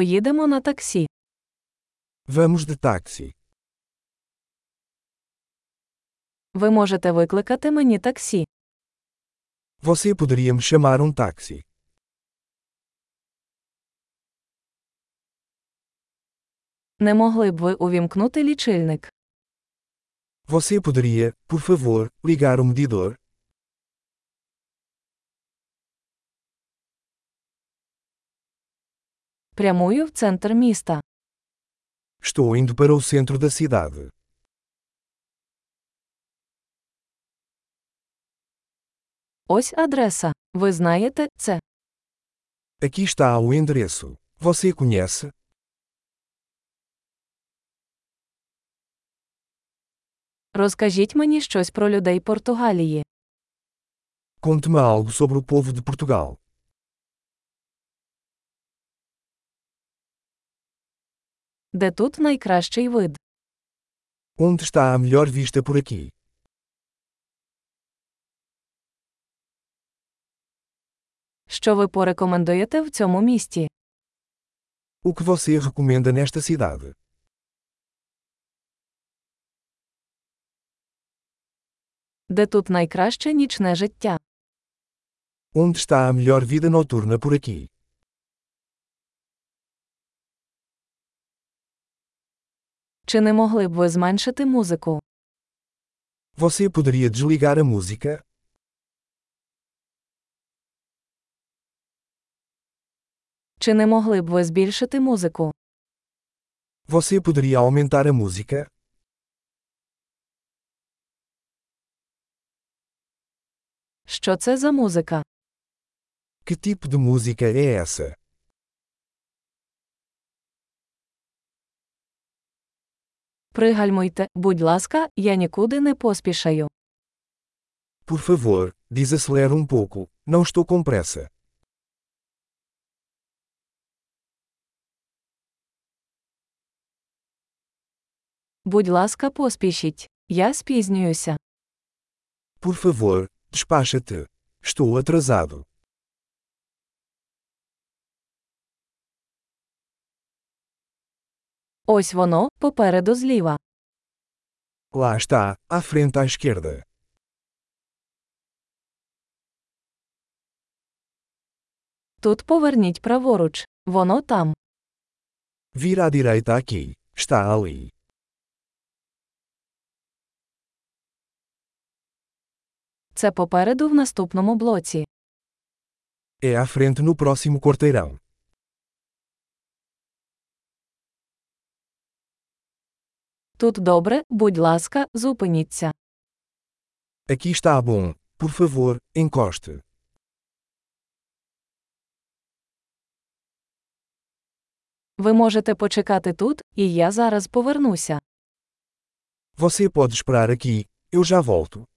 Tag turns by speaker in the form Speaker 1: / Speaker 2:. Speaker 1: Поїдемо на таксі.
Speaker 2: Vamos de táxi.
Speaker 1: Ви можете викликати мені таксі.
Speaker 2: Você poderia me chamar um táxi?
Speaker 1: Не могли б ви увімкнути лічильник?
Speaker 2: Você poderia, por favor, ligar o medidor?
Speaker 1: Прямую в центр міста.
Speaker 2: Estou indo para o centro da cidade.
Speaker 1: Ось адреса. Ви знаєте це.
Speaker 2: Aqui está o endereço. Você conhece?
Speaker 1: Розкажіть мені щось про людей Португалії.
Speaker 2: Conte-me algo sobre o povo de Portugal.
Speaker 1: Де тут найкращий вид?
Speaker 2: Onde está a melhor vista por aqui?
Speaker 1: Що ви порекомендуєте в цьому місті?
Speaker 2: O que você recomenda nesta cidade?
Speaker 1: Де тут найкраще нічне життя?
Speaker 2: Onde está a melhor vida noturna por aqui?
Speaker 1: Чи не могли б ви зменшити музику?
Speaker 2: Você poderia desligar a música?
Speaker 1: Чи не могли б ви збільшити музику?
Speaker 2: Você poderia aumentar a música?
Speaker 1: Що це за музика?
Speaker 2: Que tipo de música é essa?
Speaker 1: Пригальмуйте, будь ласка, я нікуди не поспішаю.
Speaker 2: Por favor, desacelere um pouco, não estou com pressa.
Speaker 1: Будь ласка, поспішіть. Я спізнююся.
Speaker 2: Por favor, despacha-te. Estou atrasado.
Speaker 1: Ось воно, попереду зліва.
Speaker 2: Lá está, à frente à esquerda.
Speaker 1: Тут поверніть праворуч. Воно там.
Speaker 2: Vira à direita aqui. Está ali.
Speaker 1: Це попереду в наступному блоці.
Speaker 2: É à frente no próximo quarteirão.
Speaker 1: Тут добре, будь ласка, зупиніться.
Speaker 2: Aqui está bom. Por favor, encoste.
Speaker 1: Ви можете почекати тут, і я зараз повернуся.
Speaker 2: Você pode esperar aqui, eu já volto.